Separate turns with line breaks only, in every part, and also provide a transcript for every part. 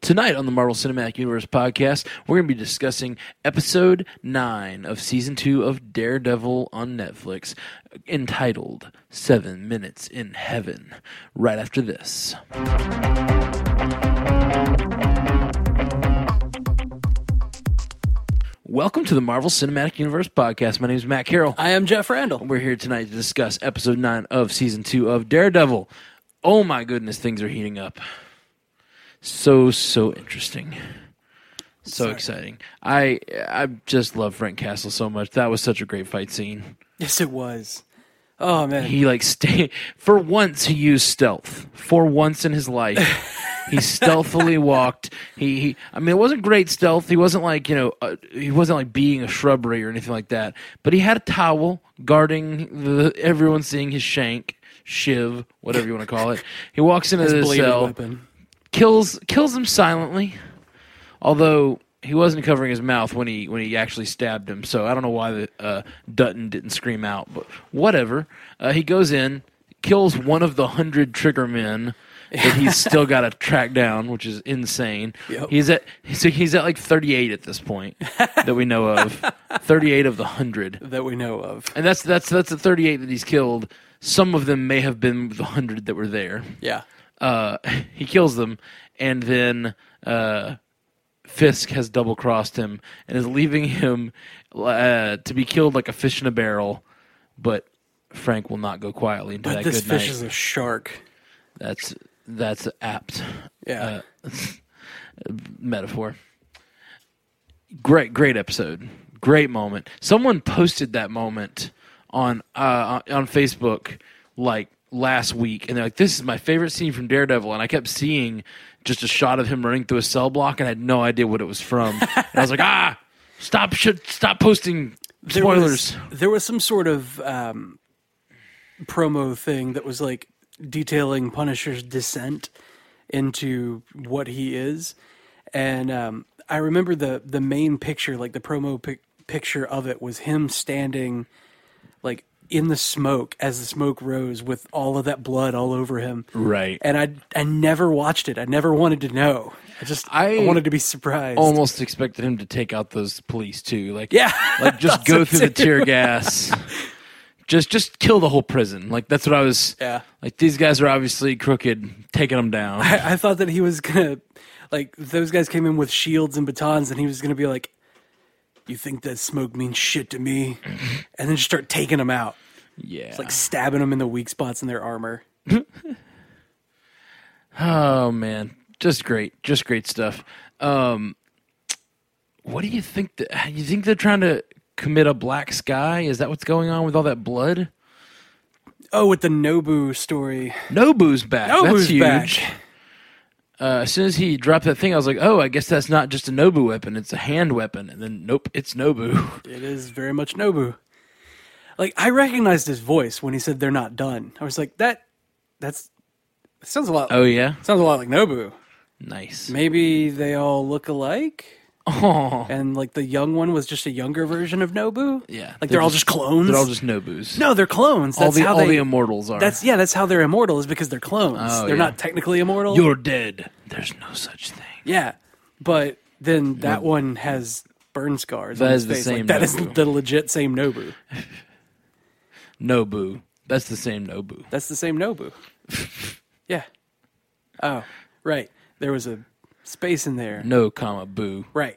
Tonight on the Marvel Cinematic Universe podcast, we're going to be discussing episode 9 of season 2 of Daredevil on Netflix, entitled Seven Minutes in Heaven, right after this. Welcome to the Marvel Cinematic Universe podcast. My name is Matt Carroll.
I am Jeff Randall.
We're here tonight to discuss episode 9 of season 2 of Daredevil. Oh my goodness, things are heating up. So so interesting. So exciting. I I just love Frank Castle so much. That was such a great fight scene.
Yes, it was. Oh man,
He like stay for once he used stealth. For once in his life. He stealthily walked. He, he, I mean, it wasn't great stealth. He wasn't like you know, uh, he wasn't like being a shrubbery or anything like that. But he had a towel guarding the everyone seeing his shank, shiv, whatever you want to call it. He walks into the
bladed
cell
weapon.
kills kills him silently. Although he wasn't covering his mouth when he when he actually stabbed him, so I don't know why the, uh, Dutton didn't scream out. But whatever. Uh, he goes in, kills one of the hundred trigger men that he's still got to track down, which is insane.
Yep.
He's at so he's at like thirty eight at this point that we know of. Thirty eight of the hundred.
that we know of.
And that's that's that's the thirty eight that he's killed. Some of them may have been the hundred that were there
Yeah,
uh, he kills them, and then uh, Fisk has double crossed him and is leaving him uh, to be killed like a fish in a barrel. But Frank will not go quietly into
but
that
this
good
fish
night.
is a shark.
that's that's apt uh,
Yeah,
metaphor. Great, great episode. Great moment. Someone posted that moment on uh, on Facebook like last week, and they're like, "This is my favorite scene from Daredevil," and I kept seeing just a shot of him running through a cell block, and I had no idea what it was from. and I was like, "Ah, stop! Should stop posting
There
spoilers."
Was, there was some sort of um, promo thing that was like detailing Punisher's descent into what he is, and um, I remember the the main picture, like the promo pic- picture of it, was him standing like in the smoke as the smoke rose with all of that blood all over him.
Right.
And I I never watched it. I never wanted to know. I just I,
I
wanted to be surprised.
Almost expected him to take out those police too. Like,
yeah.
like just go through the tear gas just just kill the whole prison like that's what i was
Yeah.
like these guys are obviously crooked taking them down
I, I thought that he was gonna like those guys came in with shields and batons and he was gonna be like you think that smoke means shit to me and then just start taking them out
yeah
like stabbing them in the weak spots in their armor
oh man just great just great stuff um what do you think that you think they're trying to commit a black sky is that what's going on with all that blood
oh with the nobu story
nobu's back
nobu's
that's huge
back
Uh, as soon as he dropped that thing i was like oh i guess that's not just a nobu weapon it's a hand weapon and then nope it's nobu
it is very much nobu like i recognized his voice when he said they're not done i was like that that's that sounds a lot
oh yeah
sounds a lot like nobu
nice
maybe they all look alike
oh
and like the young one was just a younger version of Nobu.
Yeah,
like they're, all just clones.
They're all just Nobus.
no, they're clones. That's
all the
how
all
they,
the immortals are.
that's yeah, that's how they're immortal is because they're clones.
Oh,
they're
yeah.
not technically immortal.
you're dead. There's no such thing.
yeah, but then that one has burn scars.
That
on
is
his
the
face.
same
Like, that is
Nobu.
the legit same Nobu.
Nobu. That's the same Nobu.
That's the same Nobu. yeah. Oh, right. There was a space in there.
No comma boo.
Right.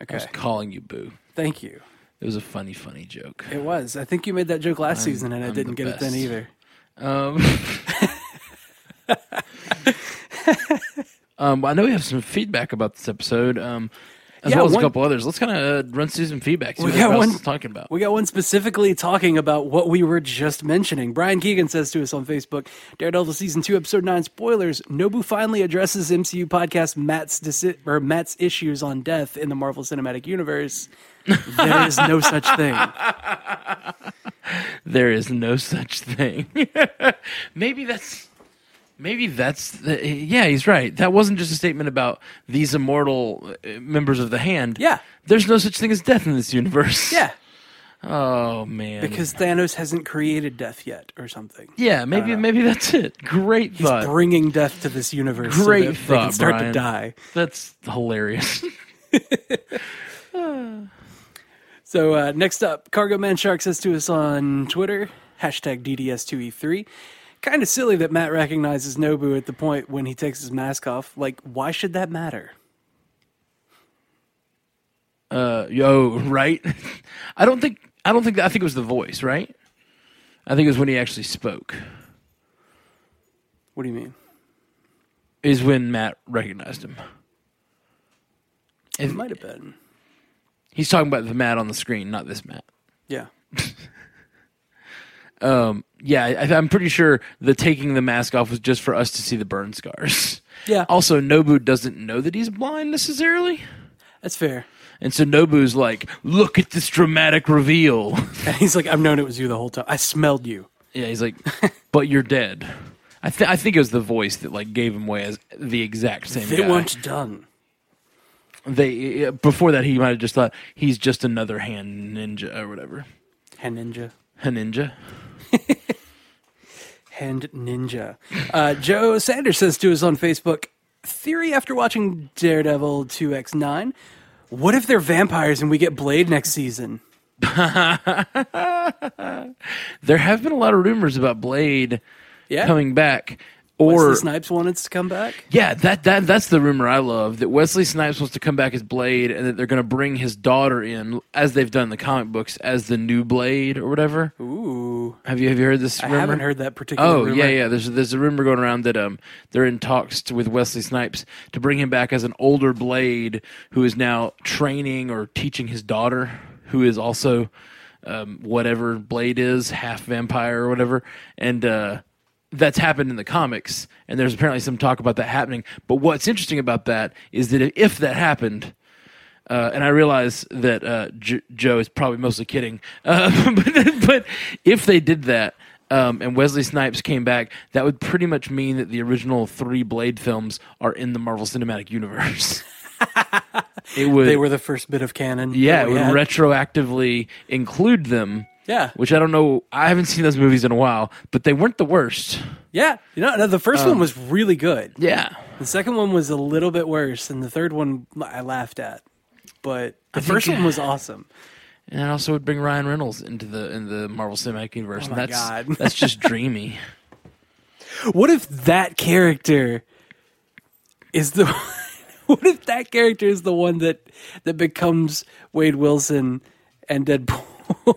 I was
Okay.
calling you boo.
Thank you.
It was a funny, funny joke.
It was. I think you made that joke last season, and I
I'm
didn't
the
get it then
best.
either.
Um, um, I know we have some feedback about this episode, um, as
Yeah,
well as
one-
a couple others. Let's kind of uh, run through some feedback. See
We
what
got
everybody else
one-
is talking about.
We got one specifically talking about what we were just mentioning. Brian Keegan says to us on Facebook Daredevil Season 2, Episode 9 spoilers. Nobu finally addresses MCU podcast Matt's, deci- or Matt's issues on death in the Marvel Cinematic Universe. there is no such thing.
There is no such thing. maybe that's maybe that's the, yeah, he's right. That wasn't just a statement about these immortal uh, members of the hand.
Yeah.
There's no such thing as death in this universe.
Yeah.
Oh man.
because Thanos hasn't created death yet or something.
yeah, maybe maybe that's it. Great
Uh, He's
thought.
bringing death to this universe. so
Great
that they can
thought,
start
Brian.
to die.
that's hilarious.
So uh, next up, Cargo Man Shark says to us on Twitter, hashtag DDS2E3. Kind of E silly that Matt recognizes Nobu at the point when he takes his mask off. Like, why should that matter?
uh, yo, right? I don't think I don't think I think it was the voice, right? I think it was when he actually spoke.
What do you mean?
Is when Matt recognized him.
It
If-
might have been.
He's talking about the Matt on the screen, not this Matt.
Yeah.
Yeah, I, I'm pretty sure the taking the mask off was just for us to see the burn scars.
Yeah.
Also, Nobu doesn't know that he's blind necessarily.
That's fair.
And so Nobu's like, look at this dramatic reveal.
And he's like, I've known it was you the whole time. I smelled you.
yeah, he's like, but you're dead. I, th- I think it was the voice that like gave him away as the exact same
They
guy.
weren't done.
they before that he might have just thought he's just another hand ninja or whatever.
Hand ninja.
A ninja.
Hand ninja. Uh, Joe Sanders says to us on Facebook, theory after watching Daredevil 2X9, what if they're vampires and we get Blade next season?
There have been a lot of rumors about Blade
Yeah.
coming back.
Wesley
Or
Snipes wanted to come back.
yeah, that, that that's the rumor I love that Wesley Snipes wants to come back as Blade and that they're going to bring his daughter in as they've done in the comic books as the new Blade or whatever.
Ooh,
Have you have you heard this?
I
rumor?
haven't heard that particular.
Oh
rumor.
yeah, yeah. There's there's a rumor going around that um they're in talks to, with Wesley Snipes to bring him back as an older Blade who is now training or teaching his daughter, who is also um, whatever Blade is, half vampire or whatever, and uh, that's happened in the comics. And there's apparently some talk about that happening. But what's interesting about that is that if that happened, uh, and I realize that uh, J- Joe is probably mostly kidding, uh, but, but if they did that um, and Wesley Snipes came back, that would pretty much mean that the original three Blade films are in the Marvel Cinematic Universe. it would,
They were the first bit of canon.
yeah,
that
it
we
would
had.
retroactively include them.
Yeah.
which I don't know. I haven't seen those movies in a while, but they weren't the worst.
yeah. You know, no, the first one was really good.
Yeah,
The second one was a little bit worse, and the third one I laughed at, but the
think-
first one was awesome.
and it also would bring Ryan Reynolds into the in the Marvel Cinematic Universe. and
Oh my
that's
God.
that's just dreamy.
What if that character is the? what if that character is the one that that becomes Wade Wilson and Deadpool?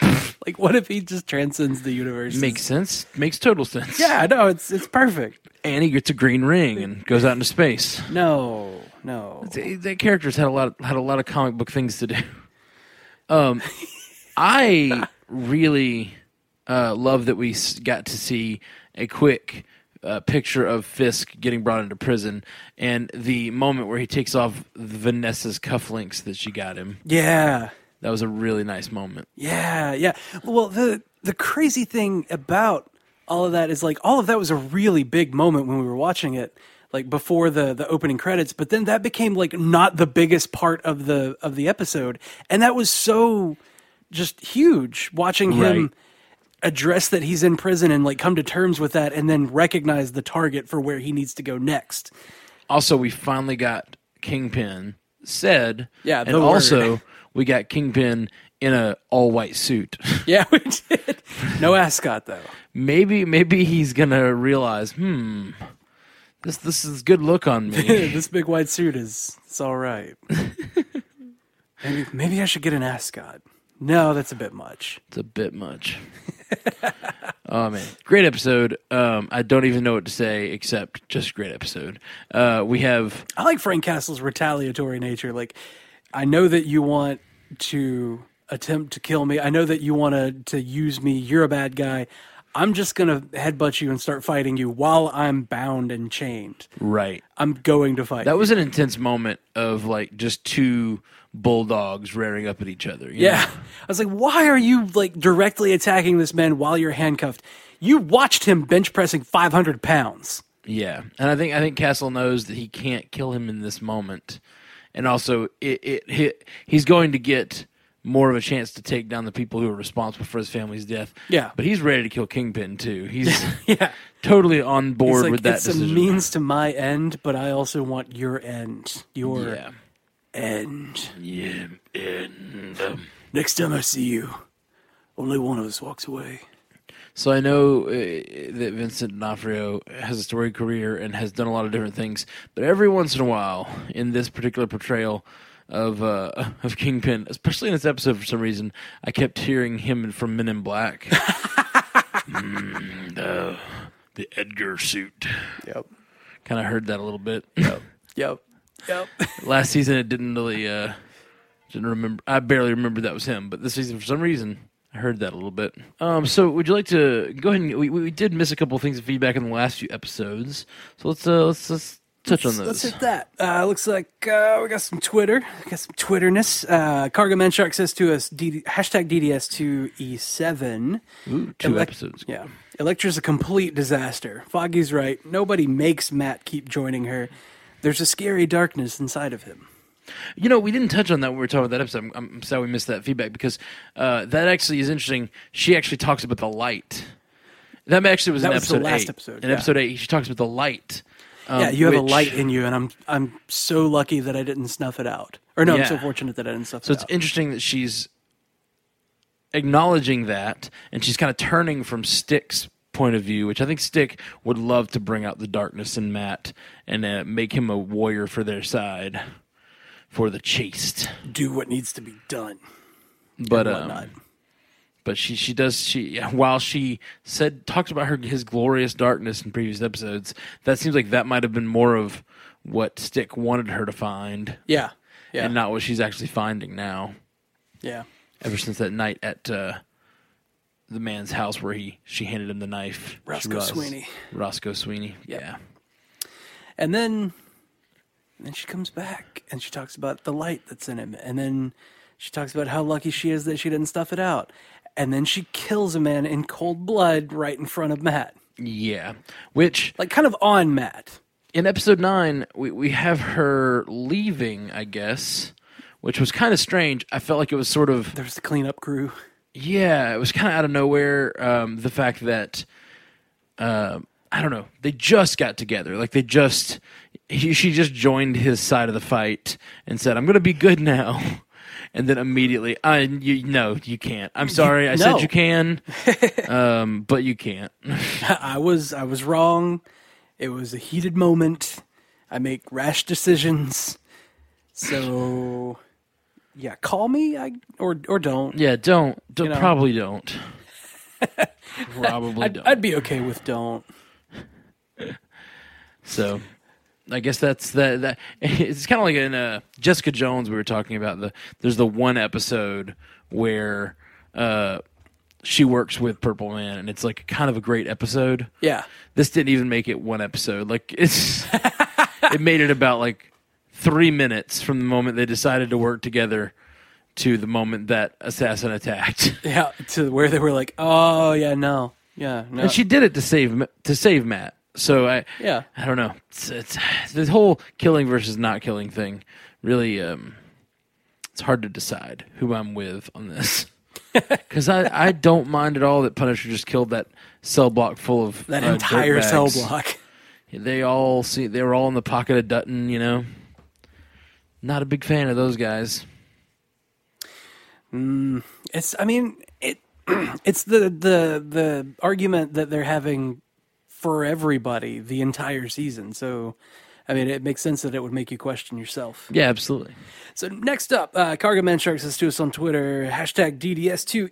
like, what if he just transcends the universe?
Makes sense. Makes total sense.
yeah, no, it's it's perfect.
And he gets a green ring and goes out into space.
No, no.
Th- That character's had a lot had a lot of comic book things to do. Um, I really uh, love that we s- got to see a quick uh, picture of Fisk getting brought into prison and the moment where he takes off Vanessa's cufflinks that she got him.
Yeah,
That was a really nice moment.
yeah, yeah. Well, the the crazy thing about all of that is like all of that was a really big moment when we were watching it, like before the the opening credits. But then that became like not the biggest part of the of the episode, and that was so just huge watching
Right.
him address that he's in prison and like come to terms with that and then recognize the target for where he needs to go next.
Also, we finally got Kingpin said.
Yeah,
and
the word.
also we got Kingpin in a all white suit.
Yeah, we did. No ascot though.
maybe maybe he's gonna realize, hmm, this this is good look on me.
this big white suit is it's all right. maybe maybe I should get an ascot. No, that's a bit much.
it's a bit much. oh man, great episode. Um, I don't even know what to say except just great episode. Uh, we have
I like Frank Castle's retaliatory nature. Like, I know that you want to attempt to kill me. I know that you want to to use me. You're a bad guy. I'm just gonna headbutt you and start fighting you while I'm bound and chained.
right.
I'm going to fight.
That was an intense moment of like just two bulldogs rearing up at each other. you
Yeah. I was like, why are you like directly attacking this man while you're handcuffed? You watched him bench pressing 500 pounds.
Yeah, and I think I think Castle knows that he can't kill him in this moment, and also it, it, he he's going to get more of a chance to take down the people who are responsible for his family's death.
Yeah.
But he's ready to kill Kingpin too. He's
Yeah.
totally on board
It's like,
with that
it's
decision.
a means to my end, but I also want your end. Your
yeah.
end.
Yeah. And, um,
Next time I see you, only one of us walks away.
So I know uh, that Vincent D'Onofrio has a storied career and has done a lot of different things, but every once in a while, in this particular portrayal of uh, of Kingpin, especially in this episode, for some reason, I kept hearing him from Men in Black. Mm, the, the Edgar suit.
Yep.
Kind of heard that a little bit.
Yep. Yep.
Last season, it didn't really uh, didn't remember. I barely remember that was him, but this season, for some reason, I heard that a little bit. Um, so, would you like to go ahead and we, we did miss a couple things of feedback in the last few episodes, so let's uh, let's, let's touch on
Let's
those.
hit that. Uh, looks like uh, we got some Twitter. We got some Twitterness. Uh, Cargo Man Shark says to us, DD, hashtag DDS2E7.
Ooh, two
E Elec-
episodes.
Yeah. Electra's a complete disaster. Foggy's right. Nobody makes Matt keep joining her. There's a scary darkness inside of him.
You know, we didn't touch on that when we were talking about that episode. I'm, I'm sad we missed that feedback because uh, that actually is interesting. She actually talks about the light. That actually was
That
in
was the
episode
last
eight.
episode,
In
yeah.
episode eight, she talks about the light. um,
yeah, you have a
which-
light in you, and I'm I'm so lucky that I didn't snuff it out. Or no, I'm so
Yeah.
fortunate that I didn't snuff
So
it
it's
out.
interesting that she's acknowledging that, and she's kind of turning from Stick's point of view, which I think Stick would love to bring out the darkness in Matt and uh, make him a warrior for their side, for the chaste.
Do what needs to be done.
But
whatnot.
um, but she she does she while she said talked about her his glorious darkness in previous episodes, that seems like that might have been more of what Stick wanted her to find,
Yeah. Yeah.
and not what she's actually finding now.
yeah.
ever since that night at uh, the man's house where he she handed him the knife. She
Roscoe
realized-
Sweeney.
Roscoe Sweeney. Yeah.
And then and then she comes back and she talks about the light that's in him. And then she talks about how lucky she is that she didn't stuff it out. And then she kills a man in cold blood right in front of Matt.
Yeah. Which
Like kind of on Matt.
in episode nine we, we have her leaving, I guess. Which was kind of strange. I felt like it was sort of
There's the cleanup crew.
yeah, it was kind of out of nowhere. Um, the fact that um I don't know, they just got together. Like they just he, she just joined his side of the fight and said, "I'm going to be good now." And then immediately, I you no, you can't. I'm sorry. I
no.
said you can, um, but you can't.
I was I was wrong. It was a heated moment. I make rash decisions. So yeah, call me I or or don't.
Yeah, don't. don't
know.
Probably don't. probably
I'd,
don't.
I'd be okay with don't.
So I guess that's that. that it's kind of like in uh, Jessica Jones we were talking about the there's the one episode where uh, she works with Purple Man and it's like kind of a great episode.
Yeah.
This didn't even make it one episode. Like it's it made it about like 3 minutes from the moment they decided to work together to the moment that assassin attacked.
Yeah, to where they were like, "Oh yeah, no, yeah, no."
And she did it to save Ma- to save Matt. So I
Yeah.
I don't know. It's, it's this whole killing versus not killing thing. Really, um, it's hard to decide who I'm with on this because I, I don't mind at all that Punisher just killed that cell block full of
that
uh,
entire cell
dirtbags.
block.
They all see they were all in the pocket of Dutton. You know, not a big fan of those guys.
It's I mean, it it's the the the argument that they're having for everybody the entire season. So I mean, it makes sense that it would make you question yourself.
Yeah, absolutely.
So next up, uh, Cargo Man Shark says to us on Twitter, hashtag DDS2E8.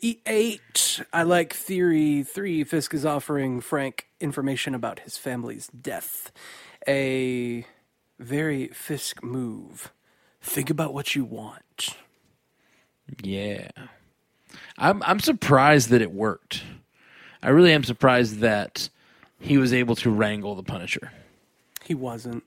E I like Theory 3. Fisk is offering Frank information about his family's death. A very Fisk move. Think about what you want.
Yeah. I'm I'm surprised that it worked. I really am surprised that he was able to wrangle the Punisher.
He wasn't.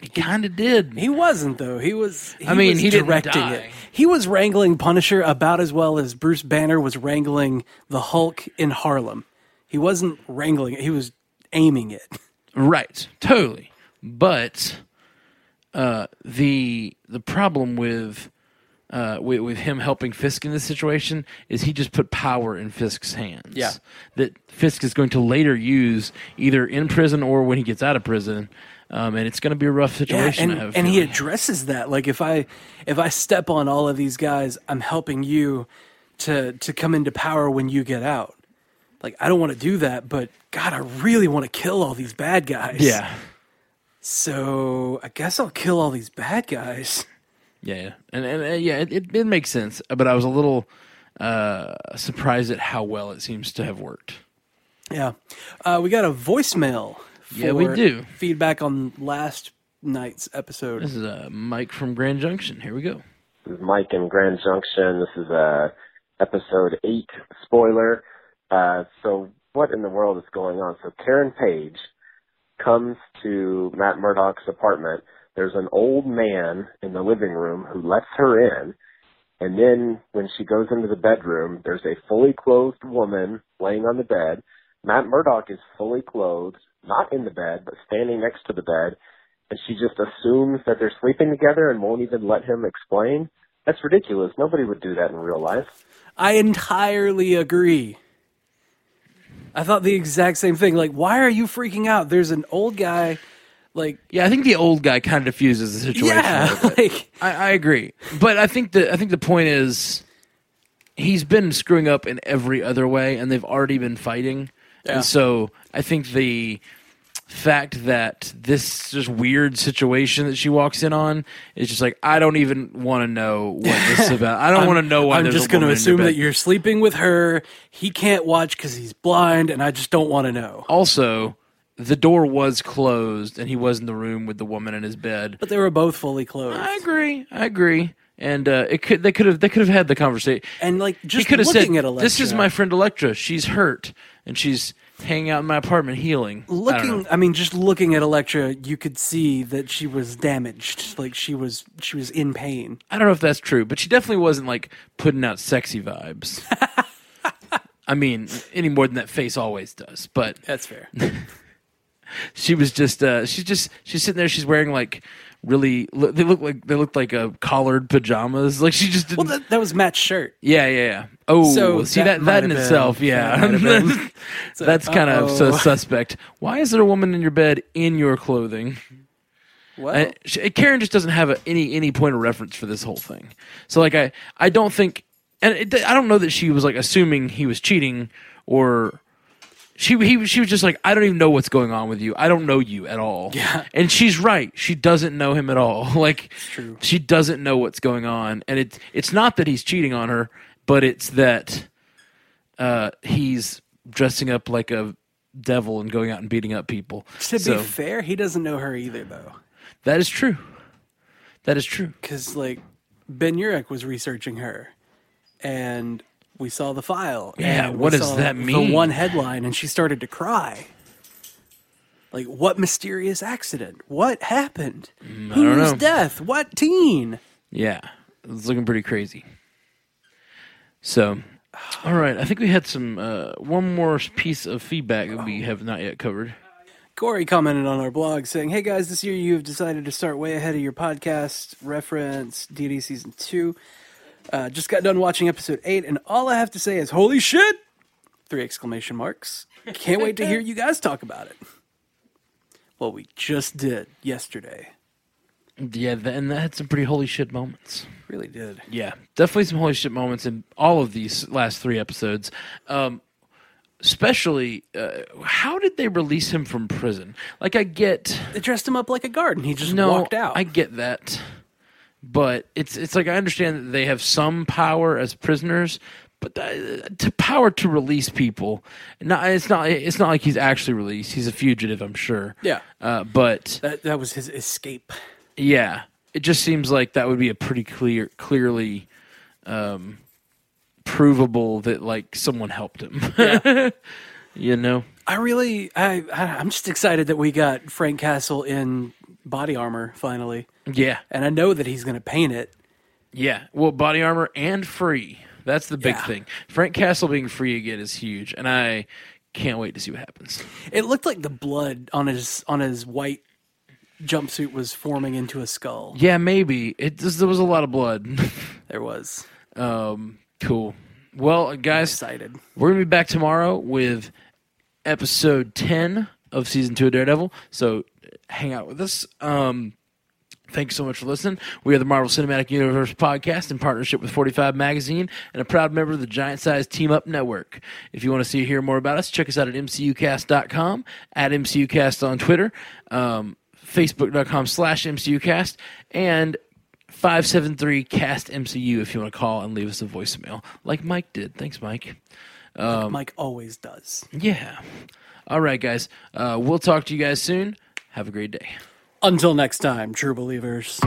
He kind of did.
He wasn't though. He was. He
I mean,
was
he didn't
directing
die.
it. He was wrangling Punisher about as well as Bruce Banner was wrangling the Hulk in Harlem. He wasn't wrangling it. He was aiming it.
Right. Totally. But uh the the problem with uh, with, with him helping Fisk in this situation is he just put power in Fisk's hands.
Yeah.
That Fisk is going to later use either in prison or when he gets out of prison. Um, and it's going to be a rough
Yeah,
situation. I have
and,
a
and he
feeling.
addresses that. Like if I if I step on all of these guys, I'm helping you to to come into power when you get out. Like I don't want to do that, but God, I really want to kill all these bad guys.
Yeah.
So I guess I'll kill all these bad guys.
Yeah, yeah. and and uh, yeah, it, it, it makes sense. But I was a little uh, surprised at how well it seems to have worked.
Yeah. Uh, we got a voicemail. For
Yeah, we do.
Feedback on last night's episode.
This is uh, Mike from Grand Junction. Here we go.
This is Mike in Grand Junction. This is uh, episode eight spoiler. Uh, so what in the world is going on? So Karen Page comes to Matt Murdock's apartment. There's an old man in the living room who lets her in. And then when she goes into the bedroom, there's a fully clothed woman laying on the bed. Matt Murdock is fully clothed, not in the bed, but standing next to the bed. And she just assumes that they're sleeping together and won't even let him explain. That's ridiculous. Nobody would do that in real life.
I entirely agree. I thought the exact same thing. Like, why are you freaking out? There's an old guy, like,
Yeah, I think the old guy kind of diffuses the situation. a
yeah,
little bit.
like,
I, I agree, but I think the I think the point is he's been screwing up in every other way, and they've already been fighting,
Yeah.
and so I think the fact that this just weird situation that she walks in on is just like I don't even want to know what this is about. I don't want to know why.
I'm
there's
just
going to
assume that you're sleeping with her. He can't watch because he's blind, and I just don't want to know.
Also, the door was closed, and he was in the room with the woman in his bed.
But they were both fully clothed,
I agree. I agree. And uh, it could they could have they could have had the conversation.
and like,
he
just
could
looking
have said,
at Alexa,
"This is my friend Electra. She's hurt, and she's hanging out in my apartment healing." I don't know.
looking I, mean just looking at Electra you could see that she was damaged like she was she was in pain
I don't know if that's true, but she definitely wasn't like putting out sexy vibes. I mean, any more than that face always does. But
that's fair
she was just, uh, she's just, she's sitting there. She's wearing like really, look- they look like they looked like uh, collared pajamas. Like she just didn't.
well that, that was Matt's shirt
yeah, yeah, yeah. Oh,
So
see
that
that that,
might
in
have been-
itself, yeah,
that might have been.
that's kind of
uh-oh.
so suspect. Why is there a woman in your bed in your clothing?
well
I, Uh, sh- Karen just doesn't have a, any any point of reference for this whole thing. So like I I don't think and it, I don't know that she was like assuming he was cheating or she he she was just like I don't even know what's going on with you. I don't know you at all.
Yeah.
And she's right. She doesn't know him at all. Like
true.
she doesn't know what's going on and it's it's not that he's cheating on her, but it's that uh he's dressing up like a devil and going out and beating up people.
to
So-
be fair he doesn't know her either though
that is true. That is true.
because like Ben Urich was researching her and we saw the file
Yeah,
and we
what does
saw
that mean?
the one headline and she started to cry like what mysterious accident what happened
Mm, don't
whose
know.
death what teen
Yeah, it's looking pretty crazy. So, all right, I think we had some uh, one more piece of feedback that we have not yet covered.
Corey commented on our blog saying, Hey guys, this year you have decided to start way ahead of your podcast reference, DD Season 2. Uh, just got done watching episode 8, and all I have to say is, Holy shit! Three exclamation marks. Can't wait to hear you guys talk about it. Well, we just did yesterday.
Yeah, th- and that had some pretty holy shit moments.
Really did.
Yeah, definitely some holy shit moments in all of these last three episodes. Um, especially, uh, how did they release him from prison? Like, I get.
They dressed him up like a guard and he just
no,
walked out.
I get that, but it's it's like I understand that they have some power as prisoners, but uh, to power to release people. Not it's not it's not like he's actually released. He's a fugitive, I'm sure.
Yeah.
uh, but
that, that was his escape.
yeah, it just seems like that would be a pretty clear, clearly, um, provable that like someone helped him. you know.
I really, I, I, I'm just excited that we got Frank Castle in body armor finally.
Yeah,
and I know that he's going to paint it.
Yeah, well, body armor and free. That's the big
Yeah.
thing. Frank Castle being free again is huge, and I can't wait to see what happens.
It looked like the blood on his on his white jumpsuit was forming into a skull.
Yeah, maybe it. Just, there was a lot of blood.
There was
Um, cool. Well, guys,
excited.
we're gonna be back tomorrow with episode ten of season two of Daredevil. So hang out with us. Um, thank you so much for listening. We are the Marvel Cinematic Universe podcast in partnership with Forty Five Magazine and a proud member of the Giant Size Team Up Network. If you want to see or hear more about us, check us out at mcucast.com at mcucast on Twitter, um, facebook.com slash mcucast, and 573 cast MCU if you want to call and leave us a voicemail like Mike did. Thanks, Mike.
Mike always does.
Yeah. All right, guys. Uh, we'll talk to you guys soon. Have a great day.
Until next time, true believers.